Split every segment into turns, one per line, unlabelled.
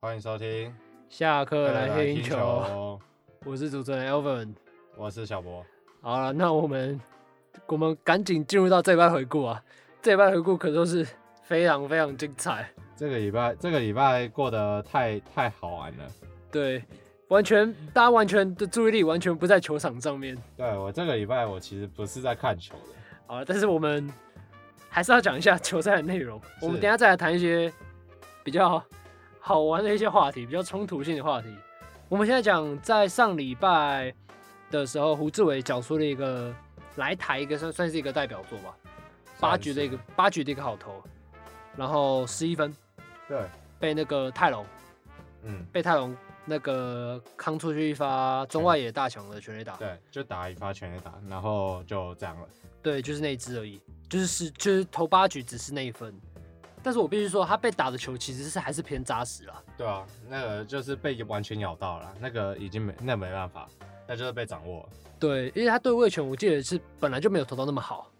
欢迎收听
下课来听球，
球，
我是主持人 Elvin。
我是小博。
好了，那我们我们赶紧进入到这班回顾啊！这班回顾可都是非常非常精彩，
这个礼拜这个礼拜过得太太好玩了。
对，完全大家完全的注意力完全不在球场上面。
对我这个礼拜我其实不是在看球的，
好了，但是我们还是要讲一下球赛的内容。我们
是
等一下再来谈一些比较好玩的一些话题，比较冲突性的话题。我们现在讲在上礼拜的时候，胡志伟缴出了一个来台一个算算是一个代表作吧，八局的一个八局的一个好投，然后十一分
对，
被那个泰隆
嗯，
被泰隆那个扛出去一发中外野大墙的全垒打，
对，就打一发全垒打，然后就这样了。
对，就是那一支而已，就是是就是头八局只是那一分，但是我必须说他被打的球其实是还是偏扎实啦，
对啊，那个就是被完全咬到了，那个已经没那没办法，那就是被掌握了。
对，因为他对位权我记得是本来就没有投到那么好，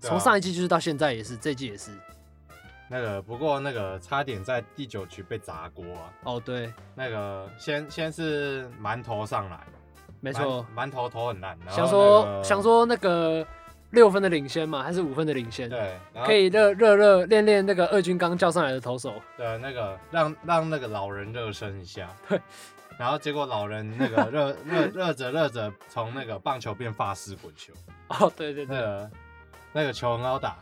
对啊
从上一季就是到现在也是，这一季也是，
那个不过那个差点在第九局被砸锅啊，
哦对，
那个先先是馒头上来，
没错，
馒馒头头很烂，然后
想说、
那个
想说那个六分的领先嘛，还是五分的领先，
对，然后
可以热热热练练那个二军刚叫上来的投手，
对，那个让让那个老人热身一下。对。然后结果老人那 个热热热着热着，从那个棒球变法式滚球，
哦对对
那
对，
个那个球很好打。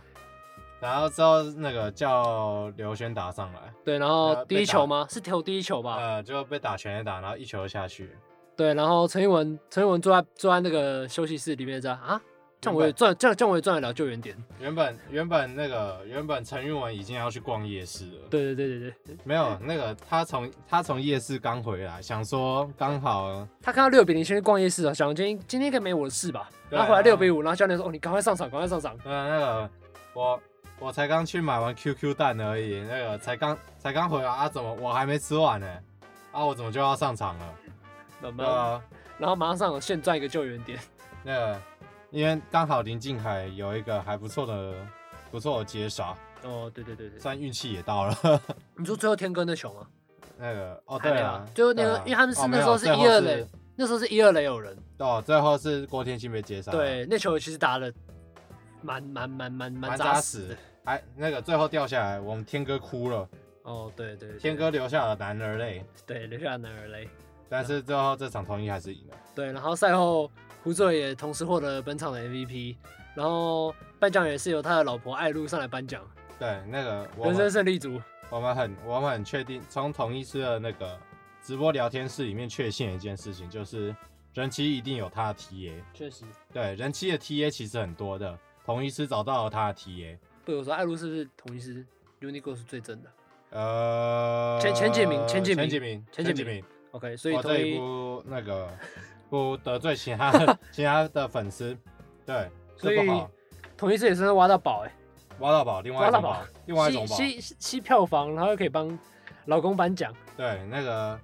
然后之后那个叫刘轩打上来，
对，然
呃
后
被
第一
打
球吗？是投第一球吧？
呃，就被打全垒打，然后一球下去。
对，然后陈玉文，陈玉文坐在坐在那个休息室里面这样啊，这样我也赚，这样这样我也赚得了救援点。
原本原本那个原本陈玉文已经要去逛夜市了，
对对对对对，
没有那个他从他从夜市刚回来，想说刚好
他看到六比零先去逛夜市啊，想今天今天应该没我的事吧，
对
然后回来
啊
六比五，然后教练说哦你赶快上场，赶快上场。
对啊，那个我我才刚去买完 QQ 蛋而已，那个才刚才刚回来啊，怎么我还没吃完呢？啊，我怎么就要上场了？
有
对
没有？
啊，
然后马上上场现赚一个救援点。
那个因为刚好林敬海有一个还不错的不错的接杀，
哦，对对对对，
算运气也到了。
你说最后天哥那球吗？
那个哦，
还
对
没有
啊，
就那个
对啊
因为他们是
哦
那时候
没有
是
最后
一二垒那时候是一二垒有人，
哦，最后是郭天信被接杀，，
对，那球其实打的蛮蛮蛮蛮蛮
蛮
扎
扎
实
实
的
的。。还哎那个最后掉下来，我们天哥哭了，
哦，对对，对
天哥流下了男儿泪，
对留下男儿泪。
但是最后这场统一还是赢了。
对，然后赛后胡志伟也同时获得本场的 MVP，然后颁奖也是由他的老婆艾露上来颁奖，
对，那个我
人
们
生胜利组。
我们很我们很确定，从同一师的那个直播聊天室里面确信一件事情，就是人妻一定有他的 TA。
确实，
对，人妻的 TA 其实很多的，同一师找到了他的 TA。
对我说艾露是不是同一师 Uniqlo 是最真的
呃，
前前几名前几名
前几名，
前几名？OK，所以
我
同
这
一
里不那个不得罪其他 的其他的粉丝，对，
所
这不
以
好。
同一师也算是挖到宝哎、
挖到宝，另外一种
挖到
宝
宝，
另外一种
吸
宝，
吸吸吸票房，然后又可以帮老公颁奖，
对，那个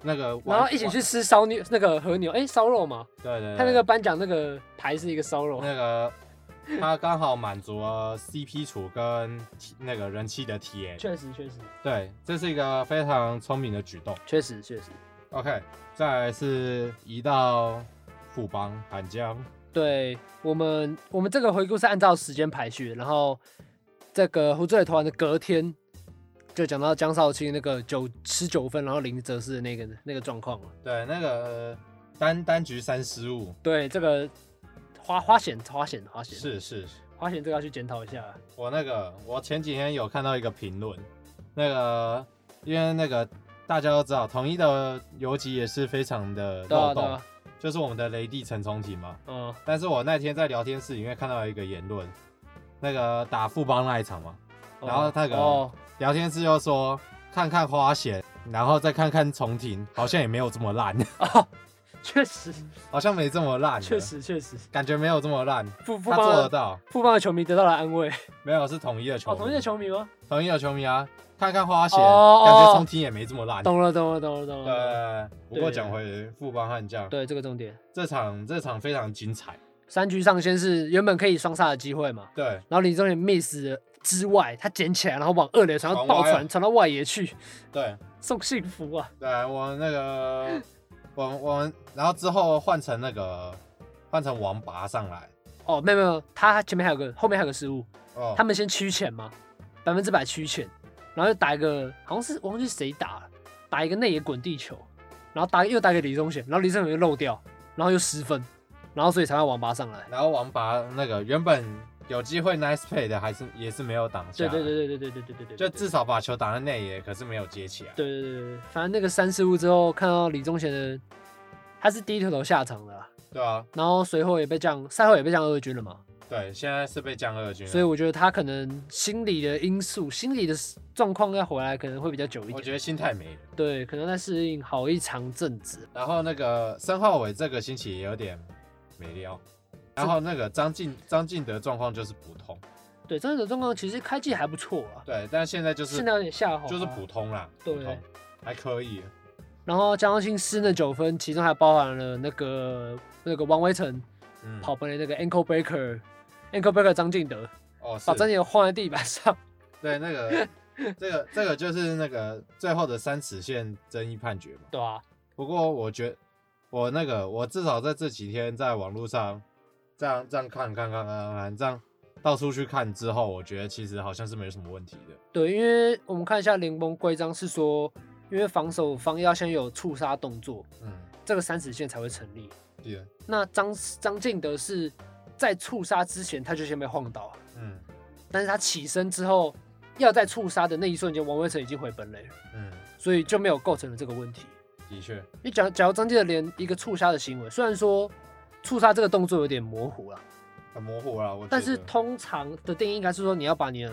那个，
然后一起，去吃烧牛那个和牛哎烧肉嘛，
对对，对
他那个颁奖那个牌是一个烧肉，
那 个他刚好满足了 CP 楚跟 T- 那个人气的 TA，
确实确实
对，这是一个非常聪明的举动。
确实确实，
OK，再来是移到富邦韩江，
对我们，我们这个回顾是按照时间排序的，然后这个胡志伟投完的隔天就讲到江少卿那个九十九分，然后零则是的那个那个状况了。
对，那个单单局三失误，
对，这个花花险花险花险
是是，是
花险这个要去检讨一下。啊
我那个我前几天有看到一个评论，那个因为那个大家都知道，统一的游击也是非常的
对啊
漏
对
洞
啊，，
就是我们的雷帝陈冲体嘛，
嗯，
但是我那天在聊天室里面看到一个言论，那个打富邦那一场嘛，然后那个
哦，
聊天室又说看看花贤，然后再看看重庭，好像也没有这么烂，
确实
好像没这么烂，
确，实确实，
感觉没有这么烂，
富富
啊他做得
邦的
到，
富邦的球迷得到了安慰。
没有是统一的球
哦，
迷，
同一的球迷吗？
统一的球迷啊，看看花贤，
哦
感觉
哦
重庭也没这么烂，
懂了懂了懂了懂了。
呃，不过讲回富邦悍将，
对，这个重点，
这场这场非常精彩，
三局上先是原本可以双杀的机会嘛。
对，
然后林中远 miss 了之外，他捡起来，然后往二垒传，
传
倒
歪了
传传到外野去，
对，
送幸福啊！
对我们那个，我们我们，然后之后换成那个，换成王拔上来。
哦，没有没有，他前面还有个，后面还有个失误，
哦，
他们先趋钱嘛，百分之百趋钱，然后又打一个，好像是我忘记谁打了，打一个内野滚地球，然后打又打给李宗贤，然后李宗贤又漏掉，然后又失分，然后所以才让王八上来。
然后王拔那个原本有机会 nice play 的，还是也是没有挡下
对
来。
对对对对对对对对，
就至少把球打在内野，可是没有接起来。
对对对对对，反正那个三失误之后，看到李宗贤的，他是第一球头下场的啊、
对啊，
然后随后也被降，赛后也被降二军了嘛，
对，现在是被降二军了。
所以我觉得他可能心理的因素、心理的状况要回来可能会比较久一
我
点，
觉得心态没了。
对，可能在适应好一长阵子。
然后那个申浩伟这个星期也有点没料。然后那个张进张进德状况就是普通，
对，这的状况其实开季还不错啊，
对，但现在就是
现在有点下滑啊，
就是普通啦，
对
普通还可以。
然后江信失那九分，其中还包含了那个那个王威成
嗯，
跑回的那个 ankle breaker。ankle breaker 张敬德
哦，是
把张敬德晃在地 板上，
对那 个这个这个就是那个最后的三尺线争议判决嘛。
对啊，
不过我觉我那个我至少在这几天在网络上这样这样看看看看看这样到处去看之后，我觉得其实好像是没什么问题的。
对，因为我们看一下联盟规章是说，因为防守方要先有触杀动作，
嗯，
这个三十线才会成立。
对，
那张张敬德是在触杀之前他就先被晃倒了，
嗯
但是他起身之后要在触杀的那一瞬间，王威成已经回本垒了，
嗯，
所以就没有构成了这个问题。
的确，
你假假如张敬德连一个触杀的行为，虽然说触杀这个动作有点模糊啦，
很模糊啦。我觉得
但是通常的定义应该是说你要把你的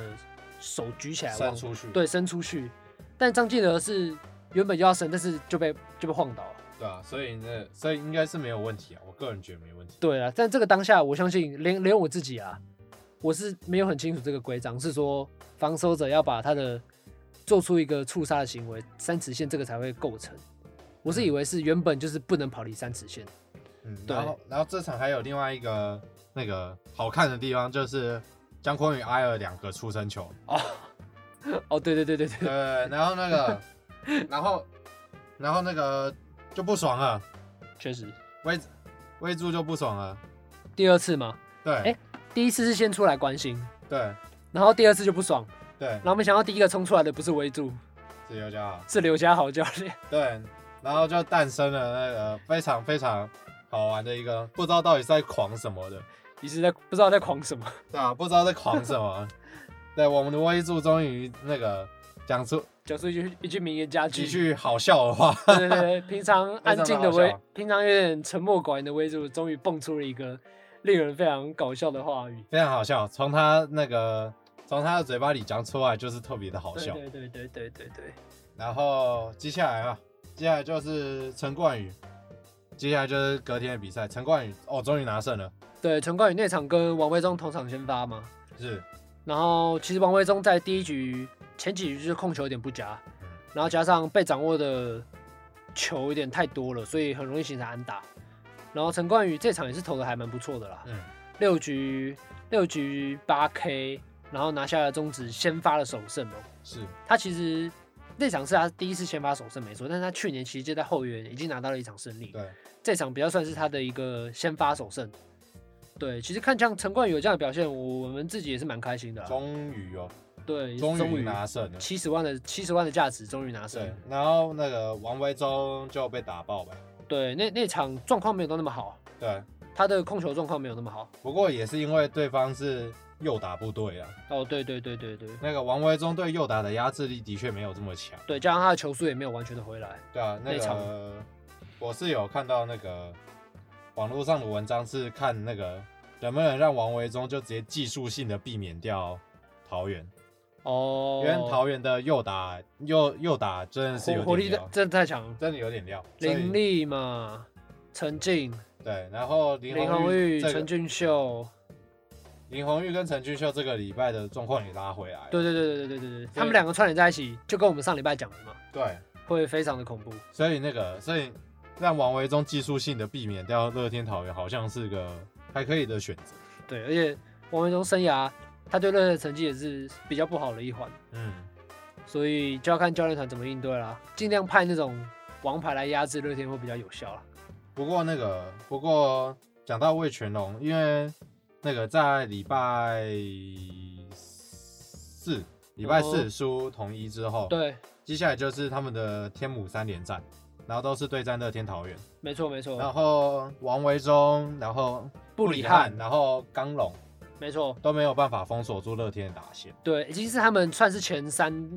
手举起来
伸
往
出去，
对，伸出去。但张敬德是原本就要伸，但是就被就被晃倒了。
对啊，所以那所以应该是没有问题啊，我个人觉得没问题。
对啊，但这个当下，我相信连连我自己啊，我是没有很清楚这个规章，是说防守者要把他的做出一个触杀的行为，三尺线这个才会构成。我是以为是原本就是不能跑离三尺线，
嗯，
对
然后然后这场还有另外一个那个好看的地方就是姜昆与埃尔两个出生球，
哦，对对对对
对，
对，
然后那个然后然后那个就不爽了，
确实，
威威助就不爽了，
第二次嘛，
对，
哎第一次是先出来关心，
对
然后第二次就不爽，
对
然，后没想到第一个冲出来的不是威助，
自由就好，
是刘家豪教练，
对，然后就诞生了那个非常非常好玩的一个，不知道到底在狂什么的，
一直在不知道在狂什么。
对啊，不知道在狂什么，对，我们的威助终于那个讲出
讲出一句一句名言佳句
几，句好笑的话。
对对 对，平常
非常
安
的
静的
好
微
笑，
平常有点沉默寡言的微助，终于蹦出了一个令人非常搞笑的话语。
非常好笑，从他那个从他的嘴巴里讲出来就是特别的好
对
笑。
对对对对对对，
然后接下来啊，接下来就是陈冠宇，接下来就是隔天的比赛，陈冠宇哦终于拿胜了，
对陈冠宇那场跟王威忠同场先发嘛，
是
然后其实王威忠在第一局前几局就是控球有点不佳，
嗯
然后加上被掌握的球有点太多了，所以很容易形成安打。然后陈冠宇这场也是投的还蛮不错的啦，
嗯
六局六局八 K，然后拿下了中职先发的首胜哦。
是
他其实那场是他第一次先发首胜没错，但是他去年其实就在后援已经拿到了一场胜利，
对，
这场比较算是他的一个先发首胜。对，其实看像陈冠宇有这样的表现，我我们自己也是蛮开心的啊、
终于哦，
对，
终于
于
拿胜了。
七十万的七十万的价值终于拿胜
对
了。，
然后那个王威忠就被打爆吧，
对，那那场状况没有到那么好，
对，
他的控球状况没有那么好。
不过也是因为对方是右打部队啊，
哦，对对对对对
那个王威忠对右打的压制力的确没有这么强。
对，加上他的球速也没有完全的回来。
对啊，那
内场
个我是有看到那个网络上的文章，是看那个能不能让王维忠就直接技术性的避免掉桃园，
哦
因，为桃园的右打右右打真的是
火
有
火
点
力
料，
真的太强了，
真的有点料。所以
林立嘛，陈静、
对，然后林
林
红
红玉、
这
陈
个
俊秀，
林红玉跟陈俊秀这个礼拜的状况也拉回来了。
对对对对对对对，他们两个串联在一起，就跟我们上礼拜讲的嘛，
对，
会非常的恐怖。
所以那个所以让王维忠技术性的避免掉乐天桃园，好像是个还可以的选择。
对，而且王维忠生涯他对热的成绩也是比较不好的一环，
嗯，
所以就要看教练团怎么应对啦，尽量派那种王牌来压制乐天会比较有效啦。
不过那个，不过讲到魏全龙，因为那个在礼拜四，礼拜
哦
四输统一之后，，
对，
接下来就是他们的天母三连战，然后都是对战乐天桃园，
没错没
然
错，
后王维忠，然后
哦布
哦里
里汉
然后刚龙
没错，
都没有办法封锁住乐天的打线，
对，已经是他们算是前三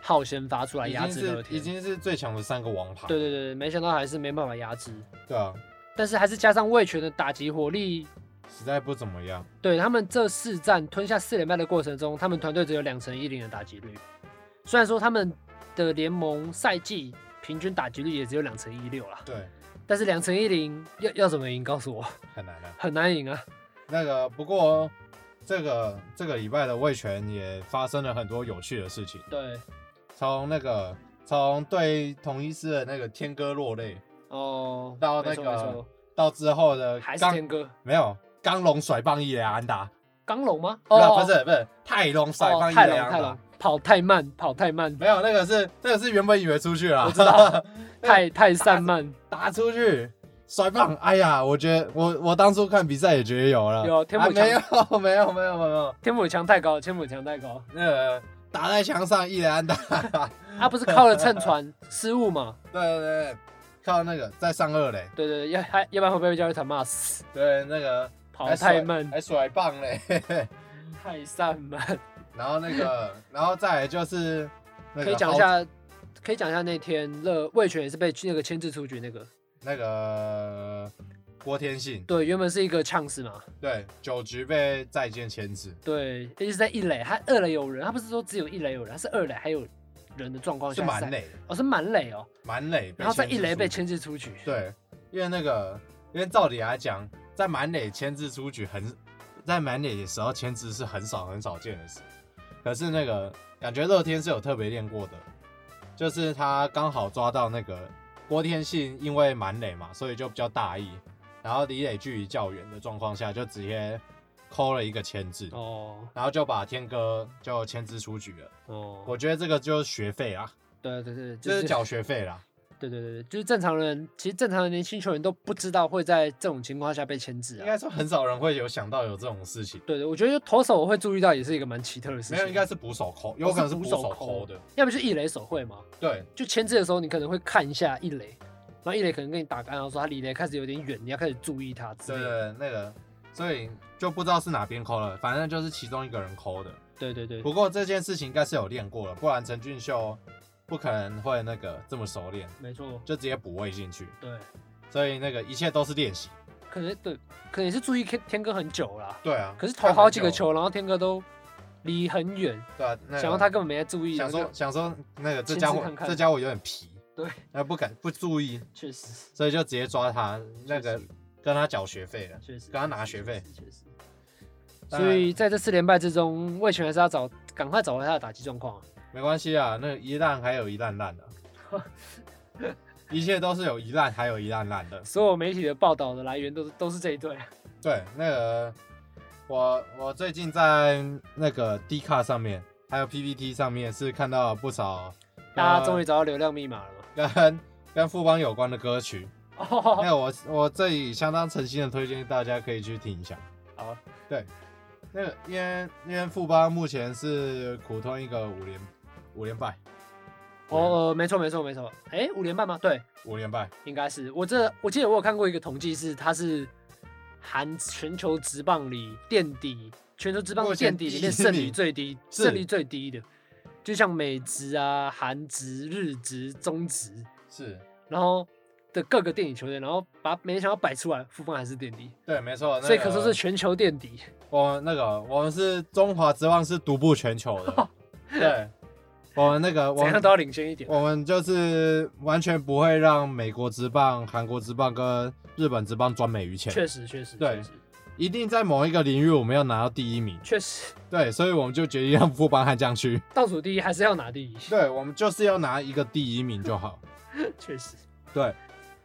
号先发出来
已
压
经
制乐
是已
天。
经是最强的三个王牌，
对对对，没想到还是没办法压制，
对啊，
但是还是加上魏权的打击火力，
实在不怎么样，
对他们这四战吞下四连败的过程中，他们团队只有两成一零的打击率。虽然说他们的联盟赛季平均打击率也只有两成一六啦，
对，
但是两成一零要要怎么赢？告诉我，
很难啊。
很难赢啊。
那个不过这个这个礼拜的卫权也发生了很多有趣的事情，
对，
从那个从对同一师的那个天哥落泪，
哦，
到那
没错没
个
错
到之后的
还是
刚
天哥
没有刚龙甩棒一雷安打，
刚龙吗？
不是
哦，
不是不是泰龙甩
哦
棒一啊
太
雷
龙太
安打
龙，，跑太慢，跑太慢，
没有那个是那个是原本以为出去了，
我知道太太散漫。
打出去。甩棒，哎呀，我觉得我我当初看比赛也觉得有了，
有天
啊
母强
没有 没有没有没有，
天母强太高，天母强太高，
那个打在墙上一雷安打，
他、啊不是靠了蹭传失误嘛？
对对对，靠那个在上二垒，
对对对，要还要不然会被教练团骂死。
对那个
跑
还
太
甩
慢，
还甩棒嘞，
太散漫。
然后那个， 然后再来就是 那个
可以讲一
好
下，可以讲一下那天乐魏权也是被那个牵制出局那个，
那个郭天信，
对，原本是一个呛死嘛，
对，九局被再见牵制，
对，一直在一垒，他二垒有人，他不是说只有一垒有人，他是二垒还有人的状况
是
下，
满，垒，
哦是满垒哦，
满垒，
然后在一垒被
牵
牵制出局，
制出局，对，因为那个，因为照理来讲，在满垒牵制出局很，在满垒的时候牵制是很少很少见的事，可是那个感觉乐天是有特别练过的，就是他刚好抓到那个郭天信，因为满垒嘛，所以就比较大意，然后离垒距离较远的状况下，就直接抠了一个牵制。
哦
然后就把天哥就牵制出局了。
哦，
我觉得这个就是学费啊，
对对对，
这是缴学费啦。
对对对对，就是正常人，其实正常的年轻球员都不知道会在这种情况下被牵制
应
啊。
该说很少人会有想到有这种事情，
对对，我觉得投手我会注意到也是一个蛮奇特的事情。
没有，应该是捕手抠，有哦可能是捕手抠
抠
的。，
要不就一垒手会嘛。
对
就牵制的时候，你可能会看一下一垒，然后一垒可能跟你打干，然后说他离垒开始有点远，你要开始注意他之
对
类
对，
的。
对那个，所以就不知道是哪边抠了，反正就是其中一个人抠的。
对对对
不过这件事情应该是有练过了，不然陈俊秀不可能会那个这么熟练，
没错，
就直接补位进去。
对，
所以那个一切都是练习。
可能对，可能也是注意天天哥很久啦。
对啊，
可是投好几
看
个
很久了，
球，然后天哥都离很远，
对啊，那个
想到他根本没在注意。
想
然后
说
就
想说那个这
亲自
家伙
看看
这家伙有点皮，
对，
那不敢不注意，
确实，
所以就直接抓他那个
确实
跟他缴学费了。
确实，
跟他拿学费
确实，确实。
当然
所以在这四连败之中，魏权还是要找赶快找回他的打击状况啊。
没关系啊，那一烂还有一烂烂的， 一切都是有一烂还有一烂烂的。
所有媒体的报道的来源都是都是这一队。
对，那个我我最近在那个 D 卡上面还有 PPT 上面是看到不少
大家终
于
于找到流量密码了吗？
跟跟富邦有关的歌曲。
哦，
那我我这里相当诚心的推荐大家可以去听一下。
好，
那个，因为因为富邦目前是苦吞一个五连五连败，
哦，呃，没错没错没错，哎、五连败吗？对，
五连败，
应该是。我这我记得我有看过一个统计是，它是含全球职棒里垫底，全球职棒
目前
垫底里
第一
面胜率
名
最低，
是
胜率最低的，就像美职啊、韩职、日职、中职，
是
然后的各个电影球队，然后把没想到摆出来，富邦还是垫底，
对，没错。那个
所以可说是全球垫底。
我们那个我们是中华之望是独步全球 的，对，我们那个我
怎样
们
都要领先一点。
我们就是完全不会让美国职棒、韩国职棒跟日本职棒赚美于钱，
确实确实
对
确实
一定在某一个领域我们要拿到第一名，
确实，
对，所以我们就决定让富邦悍将 去，
倒数第一还是要拿第一，
对，我们就是要拿一个第一名就好。
确实。
对，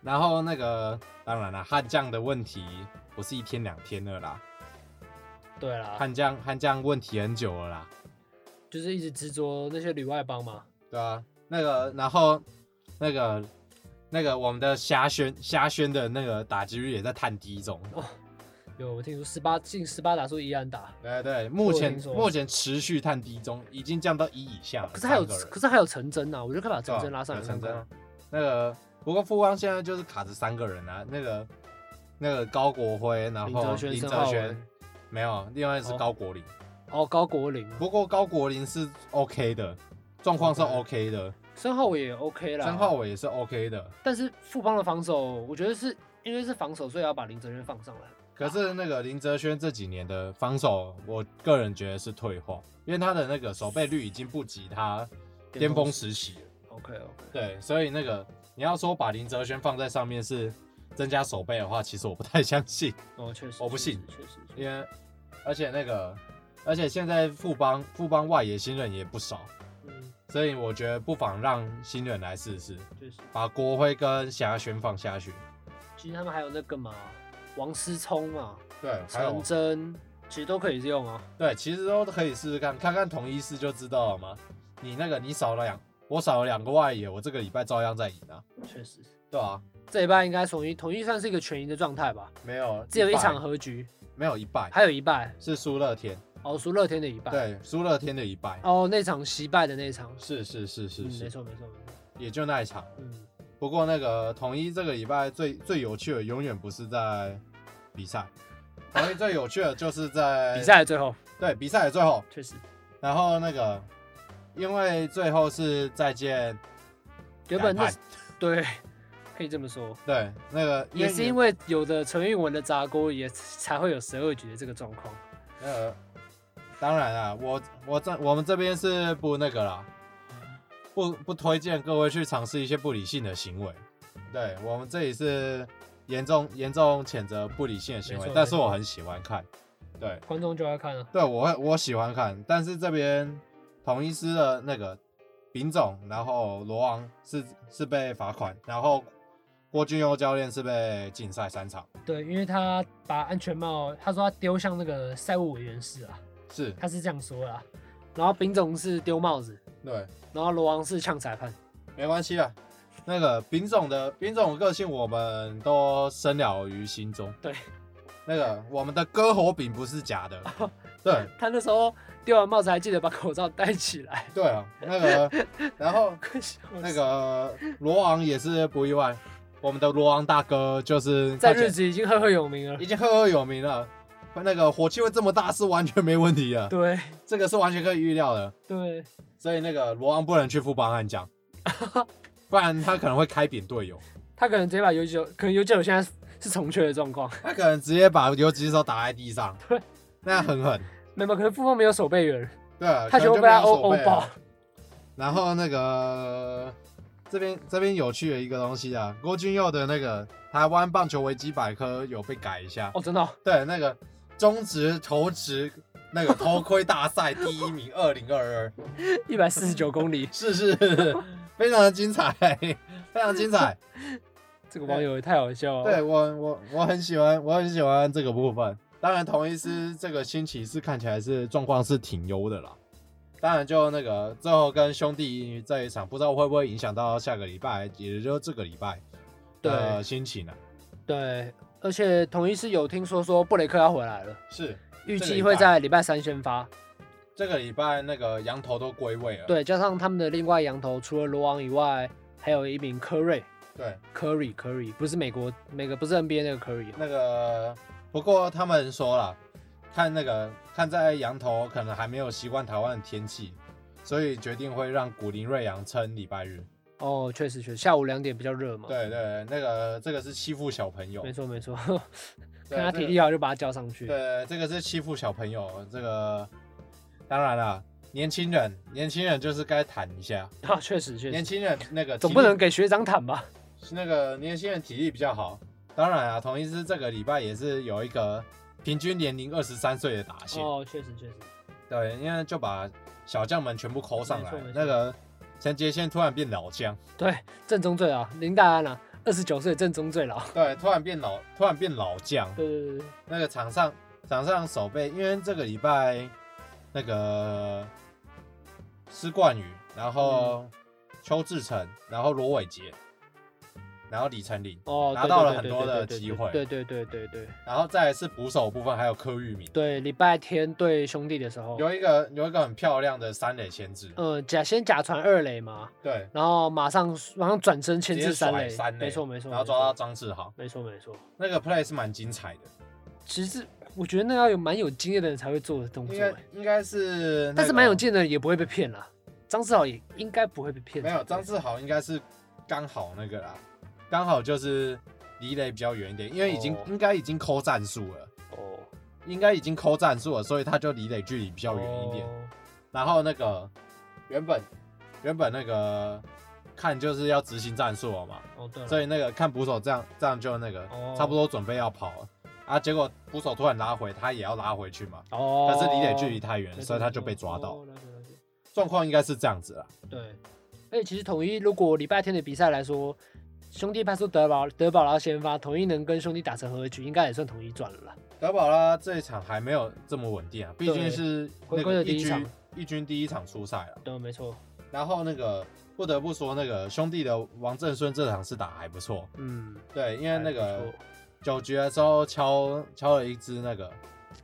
然后那个当然啦，悍将的问题不是一天两天的啦，
对啦，
悍将悍将问题很久了啦。
就是一直执着那些旅外帮嘛。
对啊，那个然后那个那个我们的虾轩虾轩的那个打击率也在探低中。
有我听说十八进十八打数依然打，
对对，目前
听说
目前持续探低中，已经降到一以下了。
可是还有
三个人
可是还有陈真呐、啊，我就可以把
对
陈
吧
真拉上来
有
看
成
看
真
啊。。
那个不过富邦现在就是卡着三个人啊，那个那个高国辉，然
林
后
哲轩、
林
申
哲
浩
轩
文，
没有，另外是
哦
高国林。
哦，高国林啊，
不过高国林是 OK 的，状况是 OK 的，
申浩伟也 OK 啦。
张浩，伟也是 OK 的。
但是富邦的防守，我觉得是因为是防守，所以要把林哲轩放上来。
可是那个林哲轩这几年的防守，我个人觉得是退化，因为他的那个守备率已经不及他巅峰时期了。
OK OK，
对，所以那个你要说把林哲轩放在上面是增加守备的话，其实我不太相 信，
哦，确实，
我不
确实
信
确实，确实
因为而且那个而且现在富邦富邦外野新人也不少，
嗯，
所以我觉得不妨让新人来试试，
确实。
把国辉跟霞轩放下去。
其实他们还有那个嘛，王思聪嘛，
对，还有
陈真，其实都可以用啊。
对，其实都可以试试看，看看同一师就知道了嘛。你那个你少了两，我少了两个外野，我这个礼拜照样在赢啊，
确实，
对啊，
这一半应该统一统一算是一个全赢的状态吧，
没有，
只有一
败
场和局，
没有一败，
还有一败
是输乐天，
哦，输乐天的一败。，
对，输乐天的一败，
哦，那场惜败的那场，
是是是是
嗯，没
是，
错没错没错，
也就那一场。
嗯，
不过那个统一这个礼拜最最有趣的，永远不是在比 赛，统一最有趣的就是在
比，赛的最后
对，比赛的最后，
确实，
然后那个因为最后是再见
原本那
改
是 对，可以这么说，
对那个
也是因
为。
为有的陈韵文的砸锅，也才会有十二局的这个状况。
呃，当然啊，我我这我们这边是不那个啦，不不推荐各位去尝试一些不理性的行为。对我们这里是严重严重谴责不理性的行为
没，错
但是
没错
我很喜欢看。对
观众就要看了，
对，我会我喜欢看，但是这边同一师的那个丙总，然后罗昂是是被罚款，然后郭俊佑教练是被禁赛三场，
对，因为他把安全帽，他说他丢向那个赛务委员室啊，
是
他是这样说啦。然后丙总是丢帽子，
对。
然后罗王是呛裁判，
没关系啦。那个丙总的丙总的个性，我们都深了于心中。
对，
那个我们的割喉饼不是假的。
哦
对
他那时候丢完帽子还记得把口罩戴起来，
对啊，那个然后
快笑死
那个罗昂也是不意外，我们的罗昂大哥就是
在
看起来
日子已经赫赫有名了
已，经赫赫有名了。那个火气会这么大是完全没问题的，
对
这个是完全可以预料的。
对，
所以那个罗昂不能去富邦悍 将，不然他可能会开扁队友。
他可能直接把尤九，可能尤九现在是重缺的状况，
他可能直接把游击手打在地上，
对，
那很狠，
没有，可能富邦没有守备员，
对啊，
他
可能
就
就
被他
没有
殴
手
殴
背
爆
了。。然后那个这边这边有趣的一个东西啊，郭俊佑的那个台湾棒球维基百科有被改一下，
哦，真的哦、
对，那个中职投掷那 个头盔大赛第一名，二零二二，，
一百四十九公里
是是，非常的精彩，非常精彩，
这个网友也太好笑了。
对，我我我很喜欢，我很喜欢这个部分。当然，同一师这个星期是看起来是状况是挺优的啦。当然，就那个最后跟兄弟这一场，不知道会不会影响到下个礼拜，也就是这个礼拜的
对
心情呢、啊
对，而且同一是有听说说布雷克要回来了，
是
预
这个
计
礼
会
拜
在礼拜三先发。
这个礼拜那个羊头都归位了。
对，加上他们的另外羊头，除了罗王以外，还有一名科瑞。
对，
科瑞，科瑞不是美国那个，不是 NBA 那个科瑞、哦。
那个不过他们说了，看那个看在羊头可能还没有习惯台湾的天气，所以决定会让古林瑞阳撑礼拜日。
哦，确实确实，下午两点比较热嘛。，
对对，那个这个是欺负小朋友，
没
对
错没错， 看他
这
体
个
力好就把他叫上去。
对，这个是欺负小朋友。这个当然了，年轻人，年轻人就是该坦一下。
啊，确实确
年
实，
轻人那个
总
体
不
力
能给学长坦吧？
那个年轻人体力比较好。当然啊，同一是这个礼拜也是有一个平均年龄二十三岁的打线，
哦，确实确实，
对，因为就把小将们全部抠上
没
来
错没，错
那个陈杰宪突然变老将，
对，正宗最老，林黛安啊，二十九岁正宗最老。
对，突然变老，突然变老将，
对对对对。
那个场上场上守备，因为这个礼拜那个施冠宇，然
嗯
后邱志成，然后罗伟杰，然后李成林，
哦，
拿
对
到
对
了
对
很
对
多
对
的
对
机
对
会
对对对对对
然后再来是捕手部分，还有柯玉明，
对，礼拜天对兄弟的时候，
有一个有一个很漂亮的三垒牵制，
呃假先假传二垒嘛，
对，
然后马上马上转身牵
直接
制三
甩
垒，
三垒，
没错没错，
然后
没
抓到
错
张志豪，
没错没错。
那个 play 是蛮精彩的，
其实我觉得那要有蛮有经验的人才会做的动作、
应该
欸，
应该是那个，
但是蛮有经验的人也不会被骗啦。张志豪也应该不会被骗才
没
对，
有张志豪应该是刚好那个啦，刚好就是离垒比较远一点，因为已经、
哦
应该已经抠战术了。
哦
应该已经抠战术了，所以他就离垒距离比较远一点。
哦
然后那个原本原本那个看就是要执行战术了嘛，
哦对了，
所以那个看捕手这样这样就那个、
哦
差不多准备要跑了啊，结果捕手突然拉回，他也要拉回去嘛，
哦，
但是离垒距离太远，
对
所以他
对
就被
对
抓到嗯
哦。了解了解
状况应该是这样子啦，
对，而且其实统一如果礼拜天的比赛来说，兄弟派出德保德保拉先发，统一能跟兄弟打成和局，应该也算统一赚了啦。
德保拉这一场还没有这么稳定啊，毕竟
对
是
回
那
归
个
的第
一
一
军
场
一军第一场出赛了。
对，没错，
然后那个不得不说，那个兄弟的王正顺这场是打得还不错，
嗯，
对，因为那
还不
个
错
九局的时候敲敲了一支那个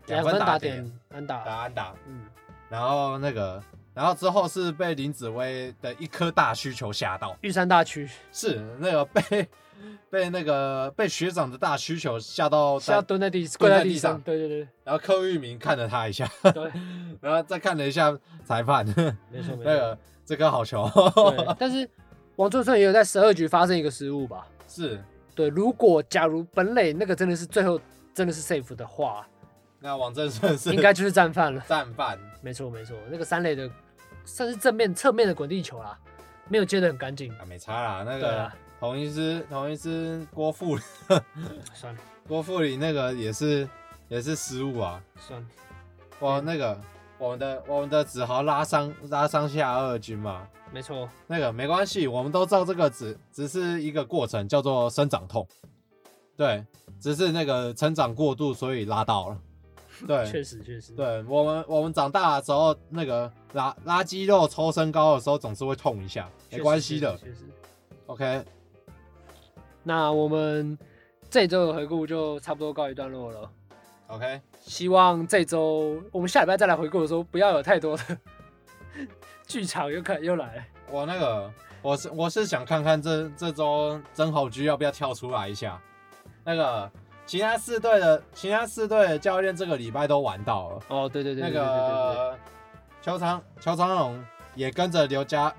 两
分
分打
点
点安打，
打安打，
嗯，
然后那个然后之后是被林子威的一颗大需球吓到，
玉山大区
是那个被 被那个被学长的大需球吓到
是要
单，
蹲在地
跪
跪
在
在
地
地上，
上
对对
然后柯玉明看了他一下，
对对，
然后再看了一下裁判，
没错没
那
错。
个这颗好球
对，但是王春顺也有在十二局发生一个失误吧？
是，
对，如果假如本垒那个真的是最后真的是 safe 的话，
那王正顺是
应该就是战犯了。
战犯，
没错没错，那个三垒的算是正面侧面的滚地球啦，没有接得很干净。
啊没差啦，那
对
个
啊，
同一支同一支郭富。
算了
郭富林那个也是也是失误啊，
算了，
哇，
嗯
那个我们的我们的子豪拉伤拉伤下二军嘛，
没错，
那个没关系，我们都知道这个只只是一个过程，叫做生长痛，对，只是那个成长过度，所以拉到了，对
确实确实。
对，我们我们长大的时候那个拉拉肌肉抽身高的时候总是会痛一下，
确实，
没关系的
确实确实
，OK，
那我们这周的回顾就差不多告一段落了。
OK，
希望这周我们下礼拜再来回顾的时候，不要有太多的剧场又看又来了。
我那个，我是我是想看看这这周曾侯居要不要跳出来一下。那个其他四队的其他四队的教练这个礼拜都玩到了，
哦，对对对，
那
对对对对
个邱长邱长龙也跟着刘家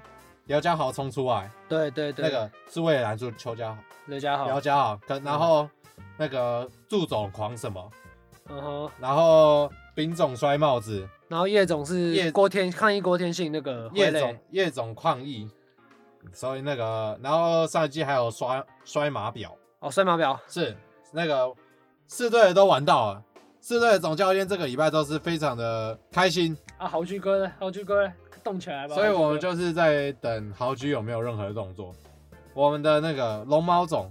刘家豪冲出来，
对对嗯对，
那个是为了拦住邱家豪，
刘家
刘
豪，
家豪跟然后那个祝总狂什么，
嗯哼，
然后丙总摔帽子，
然后叶总
叶
是郭天抗议郭天信那个
叶
挥泪
总叶总抗议，所以那个然后上一季还有摔摔马表。
哦摔码表，
是那个四队的都玩到了，四队的总教练这个礼拜都是非常的开心，
啊，豪居哥呢？豪居哥呢动起来吧！
所以我们
豪居哥
就是在等豪居有没有任何动作。我们的那个龙猫总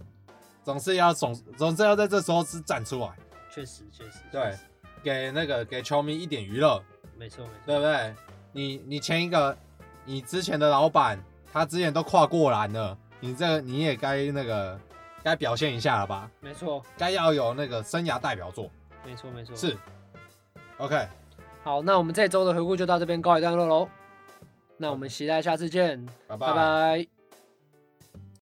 总是要总总是要在这时候是站出来，
确实确实
对
确实，
给那个给球迷一点娱乐，
没错没错，
对不对？你你前一个你之前的老板他之前都跨过栏了，你这个你也该那个该表现一下了吧？
没错
该要有那个生涯代表作
没错没错。
是，OK。
好，那我们这周的回顾就到这边告一段落喽。那我们期待下次见，
拜
拜拜